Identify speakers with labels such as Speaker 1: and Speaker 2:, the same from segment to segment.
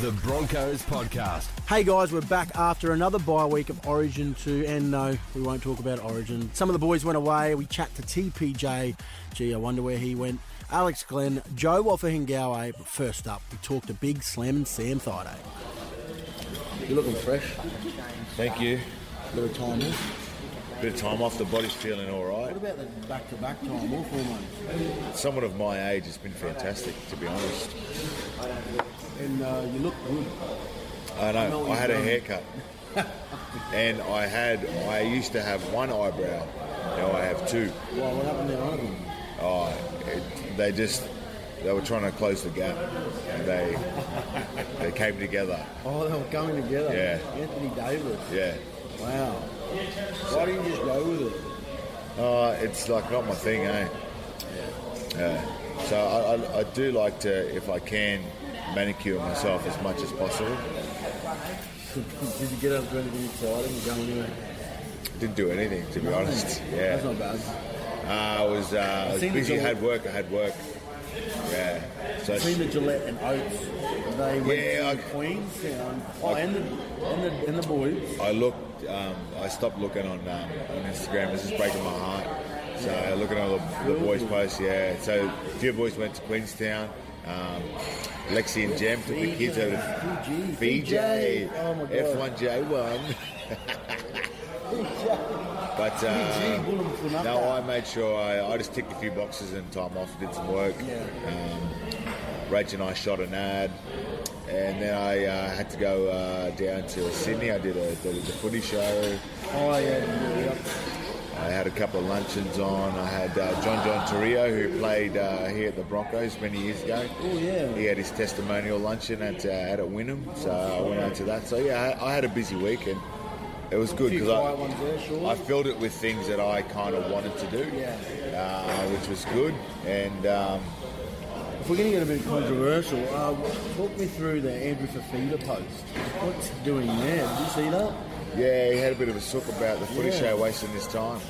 Speaker 1: The Broncos Podcast.
Speaker 2: Hey guys, we're back after another bye week of Origin 2, and no, we won't talk about Origin. Some of the boys went away. We chat to TPJ. Gee, I wonder where he went. Alex Glenn, Joe Woffahingawe. But first up, we talked to Big Slam and Sam Friday.
Speaker 3: You're looking fresh.
Speaker 4: Thank you.
Speaker 3: Bit of time off.
Speaker 4: Bit of time off. The body's feeling all
Speaker 3: What
Speaker 4: right.
Speaker 3: about the back-to-back time off almost?
Speaker 4: Someone of my age has been fantastic, to be honest.
Speaker 3: And uh, you look good.
Speaker 4: I know. I had a
Speaker 3: Um,
Speaker 4: haircut, and I had. I used to have one eyebrow. Now I have two.
Speaker 3: Well, what happened to one of them?
Speaker 4: Oh, it, they just. They were trying to close the gap, and they they came together.
Speaker 3: Oh, they were coming together.
Speaker 4: Yeah.
Speaker 3: Anthony Davis.
Speaker 4: Yeah.
Speaker 3: Wow. Why didn't you just go with it?
Speaker 4: Uh, it's like not my thing, eh? Yeah. So I, I, I do like to, if I can, manicure myself as much as possible.
Speaker 3: Did you get up to anything exciting? You going anywhere?
Speaker 4: Didn't do anything, to be honest. Yeah.
Speaker 3: That's not bad.
Speaker 4: Uh, I was, uh, I was
Speaker 3: seen the
Speaker 4: busy,
Speaker 3: Gillette-
Speaker 4: had work, I had work. Yeah. So
Speaker 3: I've seen the Gillette and Oates. They went
Speaker 4: Yeah,
Speaker 3: to
Speaker 4: I-
Speaker 3: Queenstown. Oh, and the, and the, and the boys.
Speaker 4: I looked, um, I stopped looking on, um, on Instagram. This is breaking my heart. So looking at all the, the boys' posts, yeah. So a few boys went to Queenstown. Um, Lexi and Jem took the kids over to
Speaker 3: Fiji.
Speaker 4: VJ,
Speaker 3: Oh, my God.
Speaker 4: F1J1. But
Speaker 3: Gee,
Speaker 4: uh,
Speaker 3: Willem Funaka.
Speaker 4: no, I made sure I, I just ticked a few boxes and time off, did some work. Um, Rach and I shot an ad, and then I uh, had to go uh, down to Sydney. I did a, did a footy show.
Speaker 3: Oh, yeah. yeah.
Speaker 4: I had a couple of luncheons on. I had uh, John John Torrio, who played uh, here at the Broncos many years ago.
Speaker 3: Oh, yeah.
Speaker 4: He had his testimonial luncheon at uh, out at Wynnum, so I went out to that. So yeah, I, I had a busy week and it was good
Speaker 3: Few
Speaker 4: because
Speaker 3: quiet ones there,
Speaker 4: I,
Speaker 3: sure.
Speaker 4: I filled it with things that I kind of wanted to do,
Speaker 3: Yeah.
Speaker 4: uh, which was good. And um,
Speaker 3: If we're going to get a bit controversial, uh, talk me through the Andrew Fafita post. What's he doing there? Did you see that?
Speaker 4: yeah, he had a bit of a sook about the footy
Speaker 3: Yeah.
Speaker 4: show wasting his time.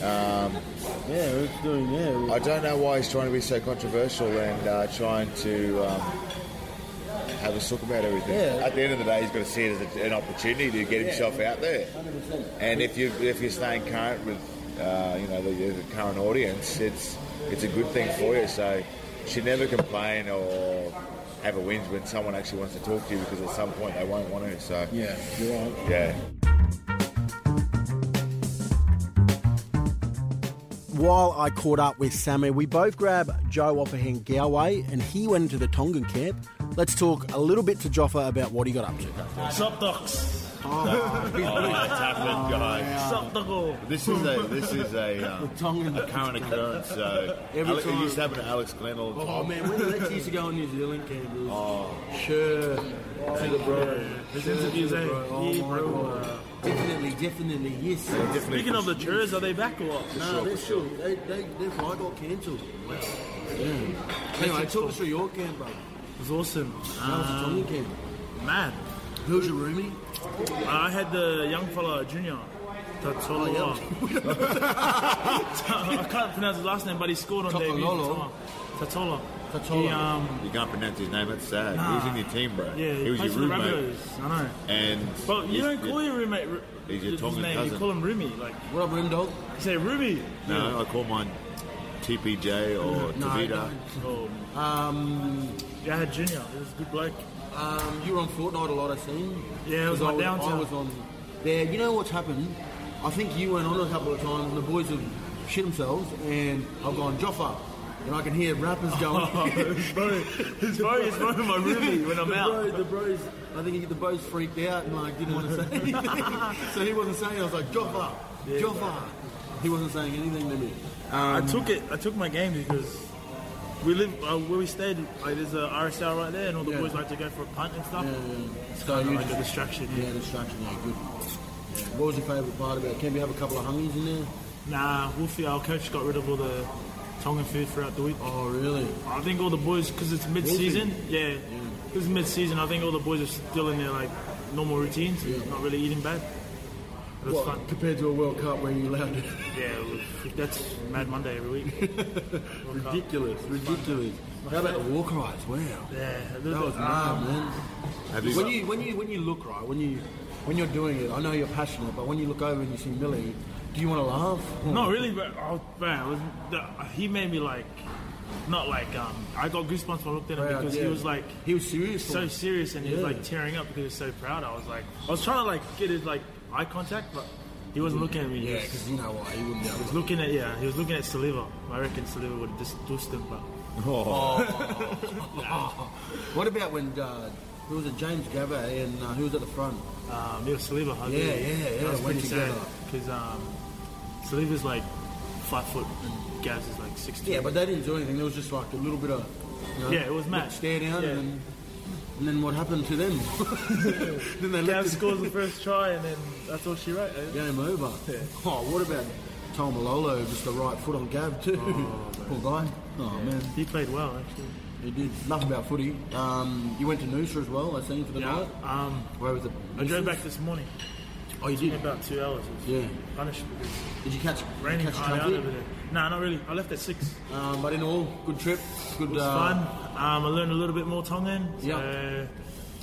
Speaker 3: Yeah, what's he doing there?
Speaker 4: I don't know why he's trying to be so controversial and uh, trying to um, have a sook about everything.
Speaker 3: Yeah.
Speaker 4: At the end of the day, he's got to see it as a, an opportunity to get himself out there.
Speaker 3: 100%.
Speaker 4: And if you if you're staying current with uh, you know the, the current audience, it's it's a good thing for you. So you should never complain or have a whinge when someone actually wants to talk to you because at some point they won't want to. So
Speaker 3: Yeah, you're right.
Speaker 4: yeah.
Speaker 2: While I caught up with Sammy, we both grabbed Joe Woffahingawe, and he went into the Tongan camp. Let's talk a little bit to Joffa about what he got up to.
Speaker 5: Sup, docs? Sup, doco?
Speaker 4: This is a this is a, um,
Speaker 3: Tongan.
Speaker 4: a current occurrence. So
Speaker 3: Every
Speaker 4: Ale- it
Speaker 3: time.
Speaker 4: used to happen to Alex Glenn all the time.
Speaker 3: Oh man, when did that used to go in New Zealand campers? Oh, sure. bro.
Speaker 5: This interview's ain't-
Speaker 3: Oh,
Speaker 5: yeah,
Speaker 3: my
Speaker 5: bro.
Speaker 3: God. Definitely, definitely, yes.
Speaker 4: Definitely
Speaker 5: Speaking of the tours, are they back or what?
Speaker 3: No, they're still, they, they, their flight got cancelled. Wow. Yeah. Anyway, talk us through your camp, bro.
Speaker 5: It was awesome.
Speaker 3: How was the Tongan camp?
Speaker 5: Man,
Speaker 3: Um, Who's your roomie?
Speaker 5: I had the young fella, Junior. Tatoloa.
Speaker 3: Oh,
Speaker 5: I can't pronounce his last name, but he scored on debut.
Speaker 3: Tatalolo.
Speaker 5: Tatola.
Speaker 3: Tatola.
Speaker 5: He, um,
Speaker 4: You can't pronounce his name. It's sad. He was in your team, bro.
Speaker 5: yeah,
Speaker 4: he was
Speaker 5: plays
Speaker 4: your
Speaker 5: for the
Speaker 4: roommate.
Speaker 5: Rabbitohs. I know.
Speaker 4: And
Speaker 5: But you
Speaker 4: he's-
Speaker 5: don't call your roommate Ru-
Speaker 4: He's your
Speaker 5: his
Speaker 4: Tongan
Speaker 5: name. You
Speaker 4: cousin.
Speaker 5: call him Rumi. Like,
Speaker 3: What up, Rendog?
Speaker 5: you say Rumi.
Speaker 4: No, I call mine TPJ or
Speaker 3: No,
Speaker 4: Tavita.
Speaker 5: Oh,
Speaker 3: Um,
Speaker 5: yeah, I had Junior. He was a good bloke.
Speaker 3: Um, you were on Fortnite a lot, I seen.
Speaker 5: Yeah, it was
Speaker 3: 'Cause
Speaker 5: my
Speaker 3: I
Speaker 5: downturn.
Speaker 3: I was on there. You know what's happened? I think you went on a couple of times, and the boys have shit themselves, and I've gone Joffa, and I can hear rappers going.
Speaker 5: his Oh, bro, his bro is bro my roomie when I'm
Speaker 3: the
Speaker 5: out.
Speaker 3: Bro, the bros, I think he, the bros freaked out and like didn't want to say anything. so he wasn't saying. I was like Joffa, Joffa. He wasn't saying anything to me.
Speaker 5: I
Speaker 3: Um,
Speaker 5: took it. I took my game because we live uh, where we stayed. Like, there's a RSL right there, and all the
Speaker 3: Yeah.
Speaker 5: boys like to go for a punt and stuff.
Speaker 3: Yeah,
Speaker 5: It's
Speaker 3: So
Speaker 5: kind of
Speaker 3: you
Speaker 5: like a
Speaker 3: just-
Speaker 5: distraction. Yeah.
Speaker 3: Yeah, distraction. Yeah, good. Yeah. What was your favourite part about? it? Can we have a couple of hungies in there?
Speaker 5: Nah, Wolfie, our coach got rid of all the Tongan food throughout the week.
Speaker 3: Oh, really?
Speaker 5: I think all the boys because it's mid-season. Yeah, because mid-season, I think all the boys are still in their like normal routines. Not really eating bad. It was
Speaker 3: Well,
Speaker 5: fun.
Speaker 3: compared to a World Cup where you're allowed to.
Speaker 5: Yeah, it was- that's Mad Monday every week. World Cup.
Speaker 3: ridiculous, ridiculous. How about the war cries? Wow.
Speaker 5: Yeah, Uh,
Speaker 3: That was
Speaker 5: Ah.
Speaker 3: mad, man.
Speaker 4: Have you
Speaker 3: When you when you when you look right, when you when you're doing it, I know you're passionate, but when you look over and you see Millie, do you want to laugh?
Speaker 5: No, really, but oh, man, it was, the, he made me like, not like, um, I got goosebumps when I looked at him
Speaker 3: Wow,
Speaker 5: because
Speaker 3: yeah.
Speaker 5: he was like,
Speaker 3: He was serious.
Speaker 5: so serious and he was
Speaker 3: Yeah.
Speaker 5: like tearing up because he was so proud. I was like, I was trying to like get his like eye contact, but he wasn't looking at me. He
Speaker 3: yeah,
Speaker 5: was-
Speaker 3: because you know why he wouldn't be able
Speaker 5: he was looking at yeah, he was looking at Saliva. I reckon Saliva would have just dusted him, but
Speaker 3: What about when uh, who was it? James Gabba and uh, who was at the front?
Speaker 5: um, it was Saliva. I
Speaker 3: Yeah,
Speaker 5: think.
Speaker 3: yeah, yeah,
Speaker 5: That was
Speaker 3: they went
Speaker 5: pretty sad
Speaker 3: together.
Speaker 5: because um, Saliva's like five foot and Gaz is like six.
Speaker 3: Yeah, but they didn't do anything. There was just like a little bit of you know,
Speaker 5: Yeah, it was mad.
Speaker 3: Stare down
Speaker 5: Yeah.
Speaker 3: and. And then what happened to them? then they left
Speaker 5: Gaz
Speaker 3: the
Speaker 5: scores the first try and then that's all she wrote. eh?
Speaker 3: Game over. Oh, what about Tom Malolo? Just the right foot on Gav too. Poor guy. Oh man,
Speaker 5: He played well actually.
Speaker 3: he did nothing about footy. Um, you went to Noosa as well. I seen for the night.
Speaker 5: Um,
Speaker 3: Where was it?
Speaker 5: I drove
Speaker 3: Noosa's?
Speaker 5: back this morning.
Speaker 3: Oh, you
Speaker 5: In
Speaker 3: did.
Speaker 5: about two hours. It was
Speaker 3: Yeah.
Speaker 5: Punished because
Speaker 3: Did you catch
Speaker 5: raining
Speaker 3: catch
Speaker 5: hard out over
Speaker 3: traffic?
Speaker 5: there. Nah, not really. I left at six.
Speaker 3: Um, but in all, good trip. Good.
Speaker 5: It was
Speaker 3: uh,
Speaker 5: fun. Um, I learned a little bit more Tongan. So
Speaker 3: Yeah.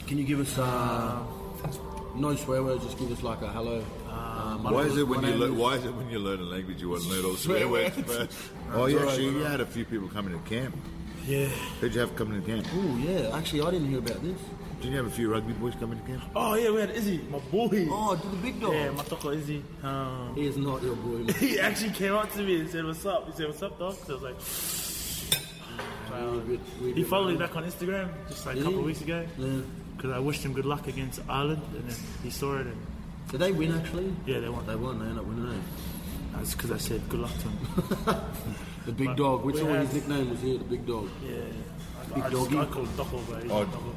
Speaker 3: Can you give us uh, no swear words? Just give us like a hello.
Speaker 5: Uh,
Speaker 3: Um,
Speaker 4: Why is it when you learn?
Speaker 3: learn?
Speaker 4: Why is it when you learn a language you want to learn all the swear
Speaker 3: Swear
Speaker 4: words
Speaker 3: words.
Speaker 4: first? Oh yeah, actually, you had a few people coming to camp.
Speaker 5: Yeah.
Speaker 4: Who'd you have coming to camp?
Speaker 3: Oh yeah, actually I didn't hear about this.
Speaker 4: Didn't you have a few rugby boys coming to camp?
Speaker 5: Oh yeah, we had Izzy, my boy.
Speaker 3: Oh, to the big dog.
Speaker 5: Yeah, my toko Izzy. Um,
Speaker 3: He is not your boy. man.
Speaker 5: he actually came up to me and said, "What's up?" He said, "What's up, dog?" So I was like,
Speaker 3: We're a bit- we're a
Speaker 5: he
Speaker 3: bit-
Speaker 5: followed me back on Instagram just like a
Speaker 3: Did
Speaker 5: couple
Speaker 3: he?
Speaker 5: of weeks ago
Speaker 3: Yeah.
Speaker 5: because I wished him good luck against Ireland and then he saw it and
Speaker 3: Did they win actually? Oh,
Speaker 5: Yeah, they won.
Speaker 3: They won. They ended up winning. eh?
Speaker 5: that's because I said good luck to him.
Speaker 3: The big
Speaker 5: But
Speaker 3: dog. Which
Speaker 5: we
Speaker 3: one? His
Speaker 5: had-
Speaker 3: nickname was here. The big dog.
Speaker 5: yeah.
Speaker 3: Big
Speaker 5: I, I, just,
Speaker 3: doggy.
Speaker 5: I called him Doko, bro. He's
Speaker 4: Oh.
Speaker 5: my Doko.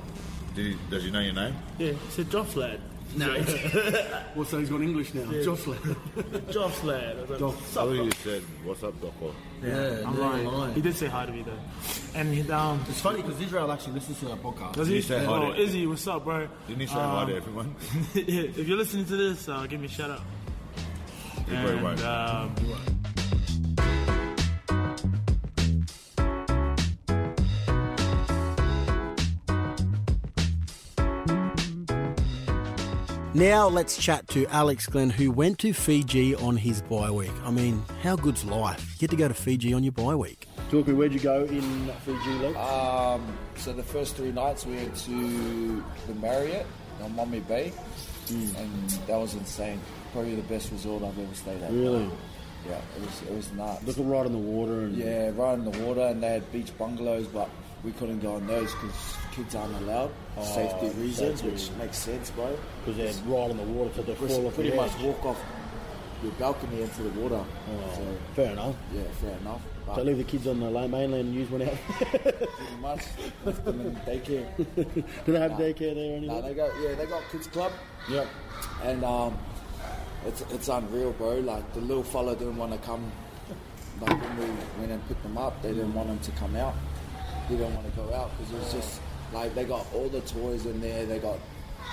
Speaker 4: Did he, does he know your name?
Speaker 5: Yeah, he said Joff's lad.
Speaker 3: No. well, so he's got English now. Josh Lad.
Speaker 5: Joff's lad. I was like,
Speaker 3: Doc.
Speaker 5: "What's
Speaker 4: I thought
Speaker 5: up, dog?"
Speaker 4: you said, "What's up, Doco?"
Speaker 3: Yeah,
Speaker 5: I'm
Speaker 3: no,
Speaker 5: lying.
Speaker 3: lying.
Speaker 5: He did say hi to me though, and he, um,
Speaker 3: It's funny because Israel actually listens to our podcast.
Speaker 5: does
Speaker 4: Did
Speaker 5: he
Speaker 4: he say hi to
Speaker 5: oh,
Speaker 4: you?
Speaker 5: Izzy, what's up, bro?
Speaker 4: Didn't he say hi to everyone?
Speaker 5: Yeah, if you're listening to this, uh, give me a shout out.
Speaker 4: He probably
Speaker 5: And,
Speaker 4: won't.
Speaker 5: um,
Speaker 2: Now let's chat to Alex Glenn, who went to Fiji on his bye week. I mean, how good's life? You get to go to Fiji on your bye week. Talker, where'd you go in Fiji, Lex?
Speaker 6: Um, so the first three nights we went to the Marriott on Mommy Bay, and that was insane. Probably the best resort I've ever stayed at.
Speaker 2: Really?
Speaker 6: Yeah, it was it was nuts.
Speaker 2: Looking right on the water and
Speaker 6: Yeah, right in the water, and they had beach bungalows, but we couldn't go on those because kids aren't allowed, Oh, safety reasons, which makes sense, bro.
Speaker 2: because they're right on the water to the
Speaker 6: Pretty, pretty much Oh. walk off your balcony into the water. So
Speaker 2: Fair enough.
Speaker 6: yeah, fair enough.
Speaker 3: Ah.
Speaker 6: But
Speaker 2: leave the kids on the mainland and use one out.
Speaker 6: pretty much, left them in daycare.
Speaker 2: Do they
Speaker 3: Ah.
Speaker 2: have daycare there or
Speaker 6: No, they got yeah, they got kids club.
Speaker 2: Yep.
Speaker 6: and um, it's it's unreal, bro. Like the little fella didn't want to come. Like when we went and picked them up, they didn't want him to come out. He didn't want to go out because it was just like they got all the toys in there. They got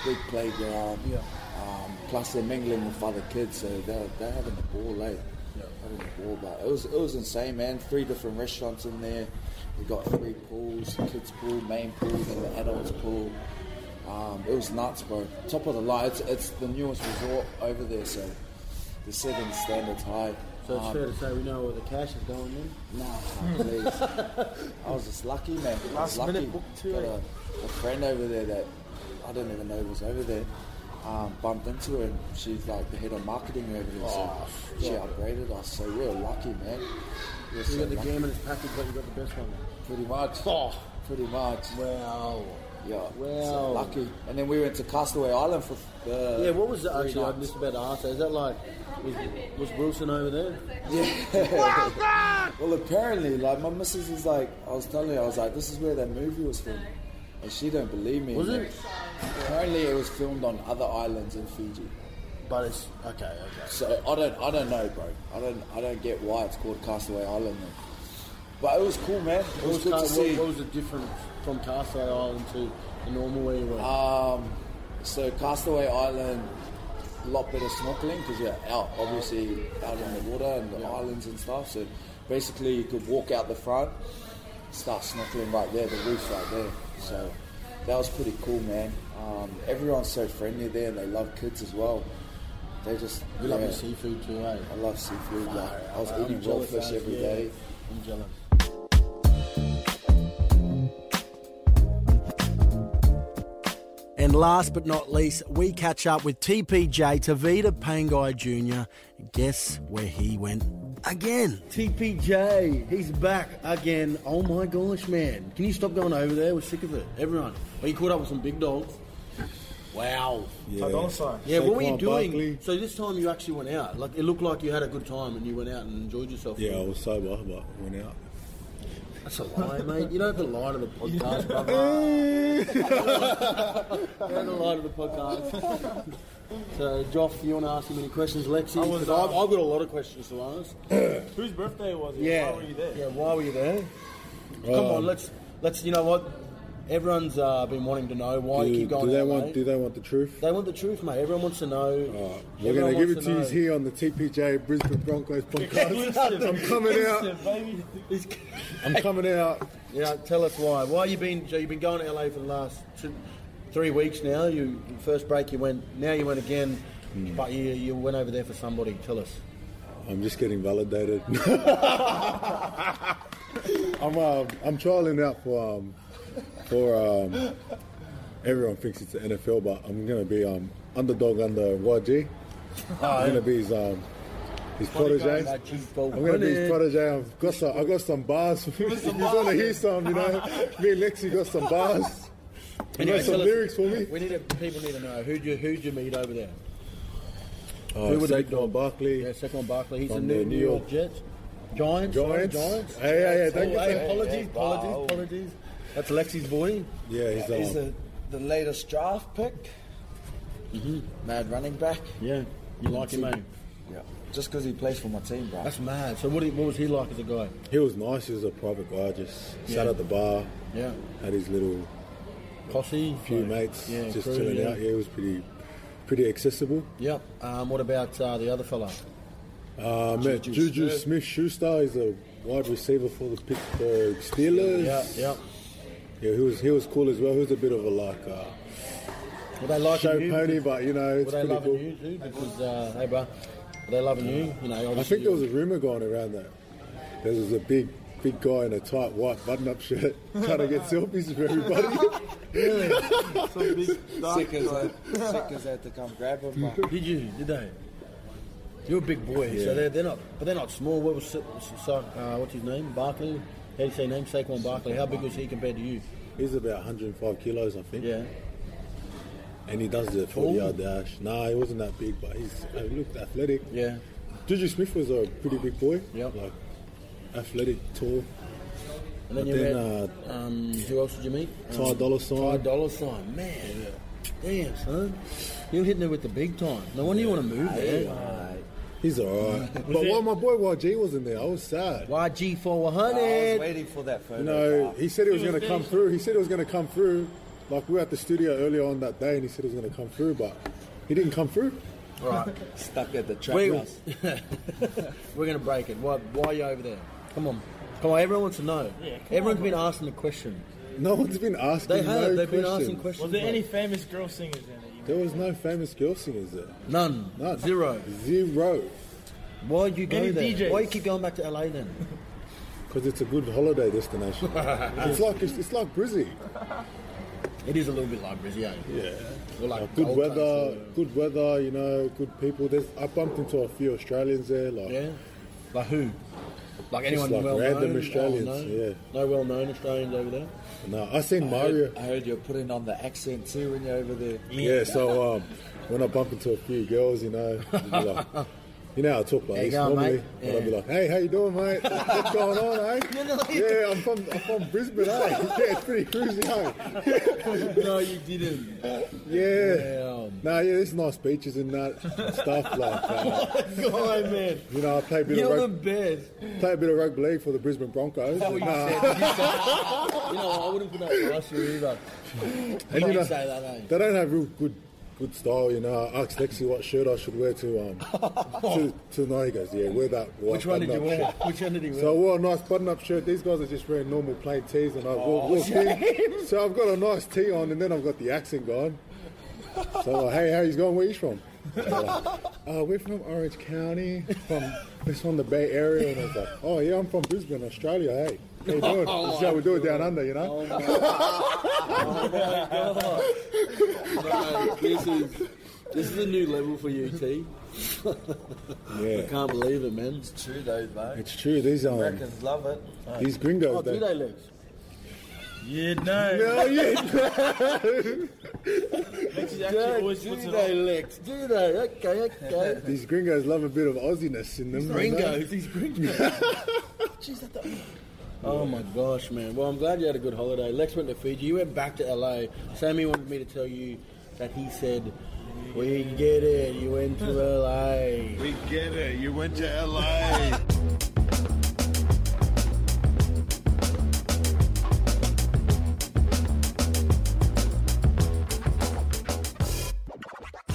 Speaker 6: big playground.
Speaker 3: Yeah.
Speaker 6: Um, plus they're mingling with other kids, so they're they're having a ball, eh?
Speaker 3: Yeah.
Speaker 6: Having a ball, but it was it was insane, man. Three different restaurants in there. We got three pools: kids pool, main pool, and the adults pool. Um, it was nuts, bro. Top of the line. It's, it's the newest resort over there, so the setting standards high.
Speaker 3: So it's
Speaker 6: Um,
Speaker 3: fair to say we know where the cash is going in.
Speaker 6: Nah, please. I was just lucky, man. I was
Speaker 5: Last minute
Speaker 6: lucky.
Speaker 5: book too,
Speaker 6: Got
Speaker 5: eh?
Speaker 6: a, a friend over there that I didn't even know was over there. Um, bumped into her, and she's like the head of marketing over there. so she upgraded us, so we were lucky, man. We were
Speaker 3: You
Speaker 6: so
Speaker 3: got the
Speaker 6: lucky.
Speaker 3: game in its package, but you got the best one.
Speaker 6: Pretty much. Pretty much.
Speaker 3: Wow.
Speaker 6: Yeah.
Speaker 3: Wow.
Speaker 6: So lucky. And then we went to Castaway Island for the.
Speaker 3: Yeah, what was it
Speaker 6: three
Speaker 3: actually? I
Speaker 6: nights.
Speaker 3: missed about to ask. that. Is that like was, was Wilson over there?
Speaker 6: Well, apparently, like my missus is like, I was telling her, I was like, this is where that movie was filmed, and she don't believe me.
Speaker 3: Was
Speaker 6: And
Speaker 3: it?
Speaker 6: Apparently, it was filmed on other islands in Fiji.
Speaker 3: But it's okay, okay.
Speaker 6: So I don't, I don't know, bro. I don't, I don't get why it's called Castaway Island. Man. But it was cool, man. It was good
Speaker 3: Car-
Speaker 6: to see.
Speaker 3: What, what was the difference from Castaway Ah. Island to the normal where you went?
Speaker 6: Um, so Castaway Island, a lot better snorkeling because you're out, obviously, out in the water and the islands and stuff. So basically, you could walk out the front, start snorkeling right there, the reef right there. So that was pretty cool, man. Um, everyone's so friendly there, and they love kids as well. They just
Speaker 7: You love
Speaker 6: yeah,
Speaker 7: your
Speaker 8: E
Speaker 7: seafood too, eh?
Speaker 6: I love seafood. Like, I was
Speaker 7: I'm
Speaker 6: eating raw
Speaker 7: jealous,
Speaker 6: fish
Speaker 7: eh?
Speaker 6: every
Speaker 7: Yeah,
Speaker 6: day.
Speaker 7: I'm jealous.
Speaker 9: And last but not least, we catch up with TPJ Tavita Pangai Jr. And guess where he went again?
Speaker 3: TPJ, he's back again. Oh my gosh, man. Can you stop going over there? We're sick of it. Everyone. Are you caught up with some big dogs? Wow.
Speaker 5: Yeah. Tadonsa.
Speaker 3: Yeah, what were you
Speaker 8: Saquon
Speaker 3: doing?
Speaker 8: Barkley.
Speaker 3: So this time you actually went out. Like it looked like you had a good time and you went out and enjoyed yourself.
Speaker 8: Yeah, I was sober, but went out.
Speaker 3: That's a lie, mate. You don't have to lie to the podcast, brother. you don't have to lie to the podcast. So, Joff, you want to ask him any questions, Lexi?
Speaker 5: I was,
Speaker 3: 'Cause I've,
Speaker 5: uh,
Speaker 3: I've got a lot of questions to ask.
Speaker 5: Whose birthday was it?
Speaker 3: Yeah.
Speaker 5: Why were you there?
Speaker 3: Yeah, why were you there? Come
Speaker 8: Um,
Speaker 3: on, let's let's. You know what? Everyone's uh, been wanting to know why you
Speaker 8: Do,
Speaker 3: keep going.
Speaker 8: do they
Speaker 3: out,
Speaker 8: want?
Speaker 3: mate.
Speaker 8: Do they want the truth?
Speaker 3: They want the truth, mate. Everyone wants to know.
Speaker 8: Alright, we're going to give it to you here on the TPJ Brisbane Broncos podcast. I'm coming out.
Speaker 5: Baby.
Speaker 8: I'm coming out.
Speaker 3: Yeah, tell us why. Why you been? So you've been going to LA for the last two, three weeks now. You first break you went. Now you went again,
Speaker 8: Hmm.
Speaker 3: but you you went over there for somebody. Tell us.
Speaker 8: I'm just getting validated. I'm um, I'm trialing out for um, for um, everyone thinks it's the NFL, but I'm gonna be um, underdog under YG. I'm gonna be his um, his protege.
Speaker 3: Like, geez, Bob
Speaker 8: I'm gonna be his
Speaker 3: Bennett.
Speaker 8: protege. I've got some. I got some bars. you wanna hear some? You know, me and Lexi got some bars. You
Speaker 3: Anyway,
Speaker 8: got some
Speaker 3: tell us-
Speaker 8: lyrics for me.
Speaker 3: We need to, people need to know who you who you meet over there.
Speaker 8: Oh,
Speaker 3: Who would it be?
Speaker 8: Saquon Barkley.
Speaker 3: Yeah, Saquon Barkley. He's
Speaker 8: From
Speaker 3: a new
Speaker 8: the
Speaker 3: New
Speaker 8: New
Speaker 3: York Jets. Giants. sorry,
Speaker 8: Giants.
Speaker 3: Giants.
Speaker 8: Hey, hey, hey, don't
Speaker 3: Oh,
Speaker 8: get
Speaker 3: hey,
Speaker 8: that-
Speaker 3: apologies, apologies, apologies. That's Lexi's boy.
Speaker 8: Yeah, he's, um,
Speaker 6: He's the, the latest draft pick. Mm-hmm. Mad running back.
Speaker 3: Yeah, you like him, mate.
Speaker 6: Yeah. Just because he plays for my team, bro.
Speaker 3: That's mad. So what, do you- what was he like as a guy?
Speaker 8: He was nice. He was a private guy. Just sat
Speaker 3: Yeah.
Speaker 8: at the bar,
Speaker 3: Yeah,
Speaker 8: had his little
Speaker 3: posse,
Speaker 8: few
Speaker 3: like,
Speaker 8: mates,
Speaker 3: yeah,
Speaker 8: just
Speaker 3: crew,
Speaker 8: chilling
Speaker 3: yeah.
Speaker 8: out. Yeah, it was pretty, pretty accessible.
Speaker 3: Yep. Um, what about uh, the other fella?
Speaker 8: Uh, met Juju Smith Schuster. He's a wide receiver for the Pittsburgh Steelers.
Speaker 3: Yeah, yeah.
Speaker 8: Yeah, he was he was cool as well. He was a bit of a like uh,
Speaker 3: Were they liking
Speaker 8: show
Speaker 3: you?
Speaker 8: pony, but you know
Speaker 3: Were
Speaker 8: it's
Speaker 3: they
Speaker 8: pretty
Speaker 3: loving
Speaker 8: cool.
Speaker 3: you too? Because uh, hey, bro, were they loving you? You know,
Speaker 8: I
Speaker 3: obviously
Speaker 8: think there was a rumor going around that there was a big, big guy in a tight white button-up shirt trying to get selfies with everybody.
Speaker 5: Some big dark
Speaker 6: Sick as sick as had to come grab him, bro.
Speaker 3: Did you? Did they? You're a big boy, so they're, they're not, but they're not small. What was Sa- Sa- uh, what's his name? Barkley. How do you say his name? Saquon Barkley. How big was he compared to you?
Speaker 8: He's about 105 kilos, I think.
Speaker 3: Yeah.
Speaker 8: And he does the 40 yard dash. Nah, he wasn't that big, but he's he looked athletic.
Speaker 3: Yeah.
Speaker 8: Juju Smith was a pretty big boy.
Speaker 3: Yep.
Speaker 8: Like athletic, tall.
Speaker 3: And then
Speaker 8: But
Speaker 3: you
Speaker 8: then, uh,
Speaker 3: met. um, who else did you meet?
Speaker 8: Ty
Speaker 3: um,
Speaker 8: Dolla Sign.
Speaker 3: Ty Dollar Sign. Man. Damn, son. You're hitting it with the big time. No wonder you want to move there.
Speaker 8: He's alright. but while my boy YG wasn't there, I was sad.
Speaker 3: YG for
Speaker 6: I was
Speaker 3: 100.
Speaker 6: waiting for that photo.
Speaker 8: You know, he said he was
Speaker 5: was
Speaker 8: gonna come
Speaker 5: finished.
Speaker 8: through. He said it was gonna come through. Like we were at the studio earlier on that day and he said he was gonna come through, but he didn't come through.
Speaker 6: stuck at the track.
Speaker 3: We,
Speaker 6: house.
Speaker 3: we're going to break it. Why, why are you over there? Come on. Come on, everyone wants to know. Everyone's been asking the question.
Speaker 8: No one's been asking.
Speaker 3: They have.
Speaker 8: no
Speaker 3: They've been
Speaker 8: questions.
Speaker 3: asking questions.
Speaker 5: Was there
Speaker 3: mate.
Speaker 5: any famous girl singers in it?
Speaker 8: There was no famous girl singers there.
Speaker 3: None.
Speaker 8: None.
Speaker 3: Zero.
Speaker 8: Zero.
Speaker 3: Why'd you go
Speaker 5: Any
Speaker 3: there?
Speaker 5: DJs?
Speaker 3: Why you keep going back to LA then?
Speaker 8: Because it's a good holiday destination. it's like it's, it's like Brizzy.
Speaker 3: it is a little bit like Brizzy, Yeah. Or like
Speaker 8: Good
Speaker 3: Gold Coast
Speaker 8: weather,
Speaker 3: or-
Speaker 8: good weather, you know, good people. There's I bumped into a few Australians there, like
Speaker 3: Yeah. Like who? Like anyone
Speaker 8: like
Speaker 3: well
Speaker 8: random
Speaker 3: known?
Speaker 8: Australians,
Speaker 3: Oh, no.
Speaker 8: yeah. Oh,
Speaker 3: No well known Australians over there.
Speaker 8: no, uh, I seen Mario.
Speaker 6: I heard you're putting on the accent too when you're over there.
Speaker 8: Yeah, so um, when I bump into a few girls, you know, I'll be like, you know, how I talk like
Speaker 3: How you
Speaker 8: this
Speaker 3: going,
Speaker 8: normally,
Speaker 3: mate?
Speaker 8: and I'll be like, "Hey, how you doing, mate? What's going on, eh? yeah, I'm from I'm from Brisbane, eh? Yeah, it's pretty cruisy, eh?
Speaker 3: no, you didn't.
Speaker 8: Yeah, nah, yeah, there's nice beaches and that stuff like, uh,
Speaker 3: God, man.
Speaker 8: you know, I play a bit
Speaker 3: You're the
Speaker 8: of
Speaker 3: best.
Speaker 8: rug, play a bit of rugby league for the Brisbane Broncos.
Speaker 3: That's what you
Speaker 8: Nah,
Speaker 3: said. You, said- you know, I wouldn't put that past you either.
Speaker 8: And
Speaker 3: You
Speaker 8: you know,
Speaker 3: say that, eh?
Speaker 8: they don't have real good good style, you know. I asked Lexi what shirt I should wear to um to, to night. He goes, yeah, wear that. white
Speaker 3: Which one did you
Speaker 8: button-up
Speaker 3: wear?
Speaker 8: shirt."
Speaker 3: Which one did you wear?
Speaker 8: So I wore a nice button-up shirt. These guys are just wearing normal plain tees, and I
Speaker 3: Oh,
Speaker 8: wore, wore tee. So I've got a nice tee on, and then I've got the accent going. So uh, hey, how you going? Where you from? Uh, we're from Orange County, from it's from the Bay Area, and I was like, oh yeah, I'm from Brisbane, Australia. Hey, how you doing?
Speaker 3: Oh
Speaker 8: this is how we do it down under, you know.
Speaker 10: No, this is this is a new level for you, T.
Speaker 8: yeah,
Speaker 10: Can't believe it, man.
Speaker 6: It's true though, mate.
Speaker 8: it's true. These um,
Speaker 6: Americans love it.
Speaker 8: these gringos.
Speaker 3: Oh, do
Speaker 8: they-
Speaker 3: they, Lex?
Speaker 5: Yeah, no.
Speaker 8: Oh yeah,
Speaker 5: He actually always puts it on.
Speaker 3: Lex? Do they? Okay, okay.
Speaker 8: These gringos love a bit of Aussiness in them. you know?
Speaker 3: Gringos, these gringos. Jeez, that- that- Oh my gosh, man. Well, I'm glad you had a good holiday. Lex went to Fiji. You went back to LA. Sammy wanted me to tell you that he said, "We get it. You went to LA."
Speaker 4: We get it. You went to LA.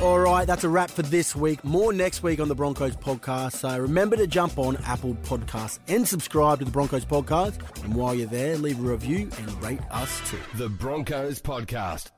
Speaker 11: All right, that's a wrap for this week. More next week on the Broncos podcast. So remember to jump on Apple Podcasts and subscribe to the Broncos podcast. And while you're there, leave a review and rate us too.
Speaker 1: The Broncos Podcast.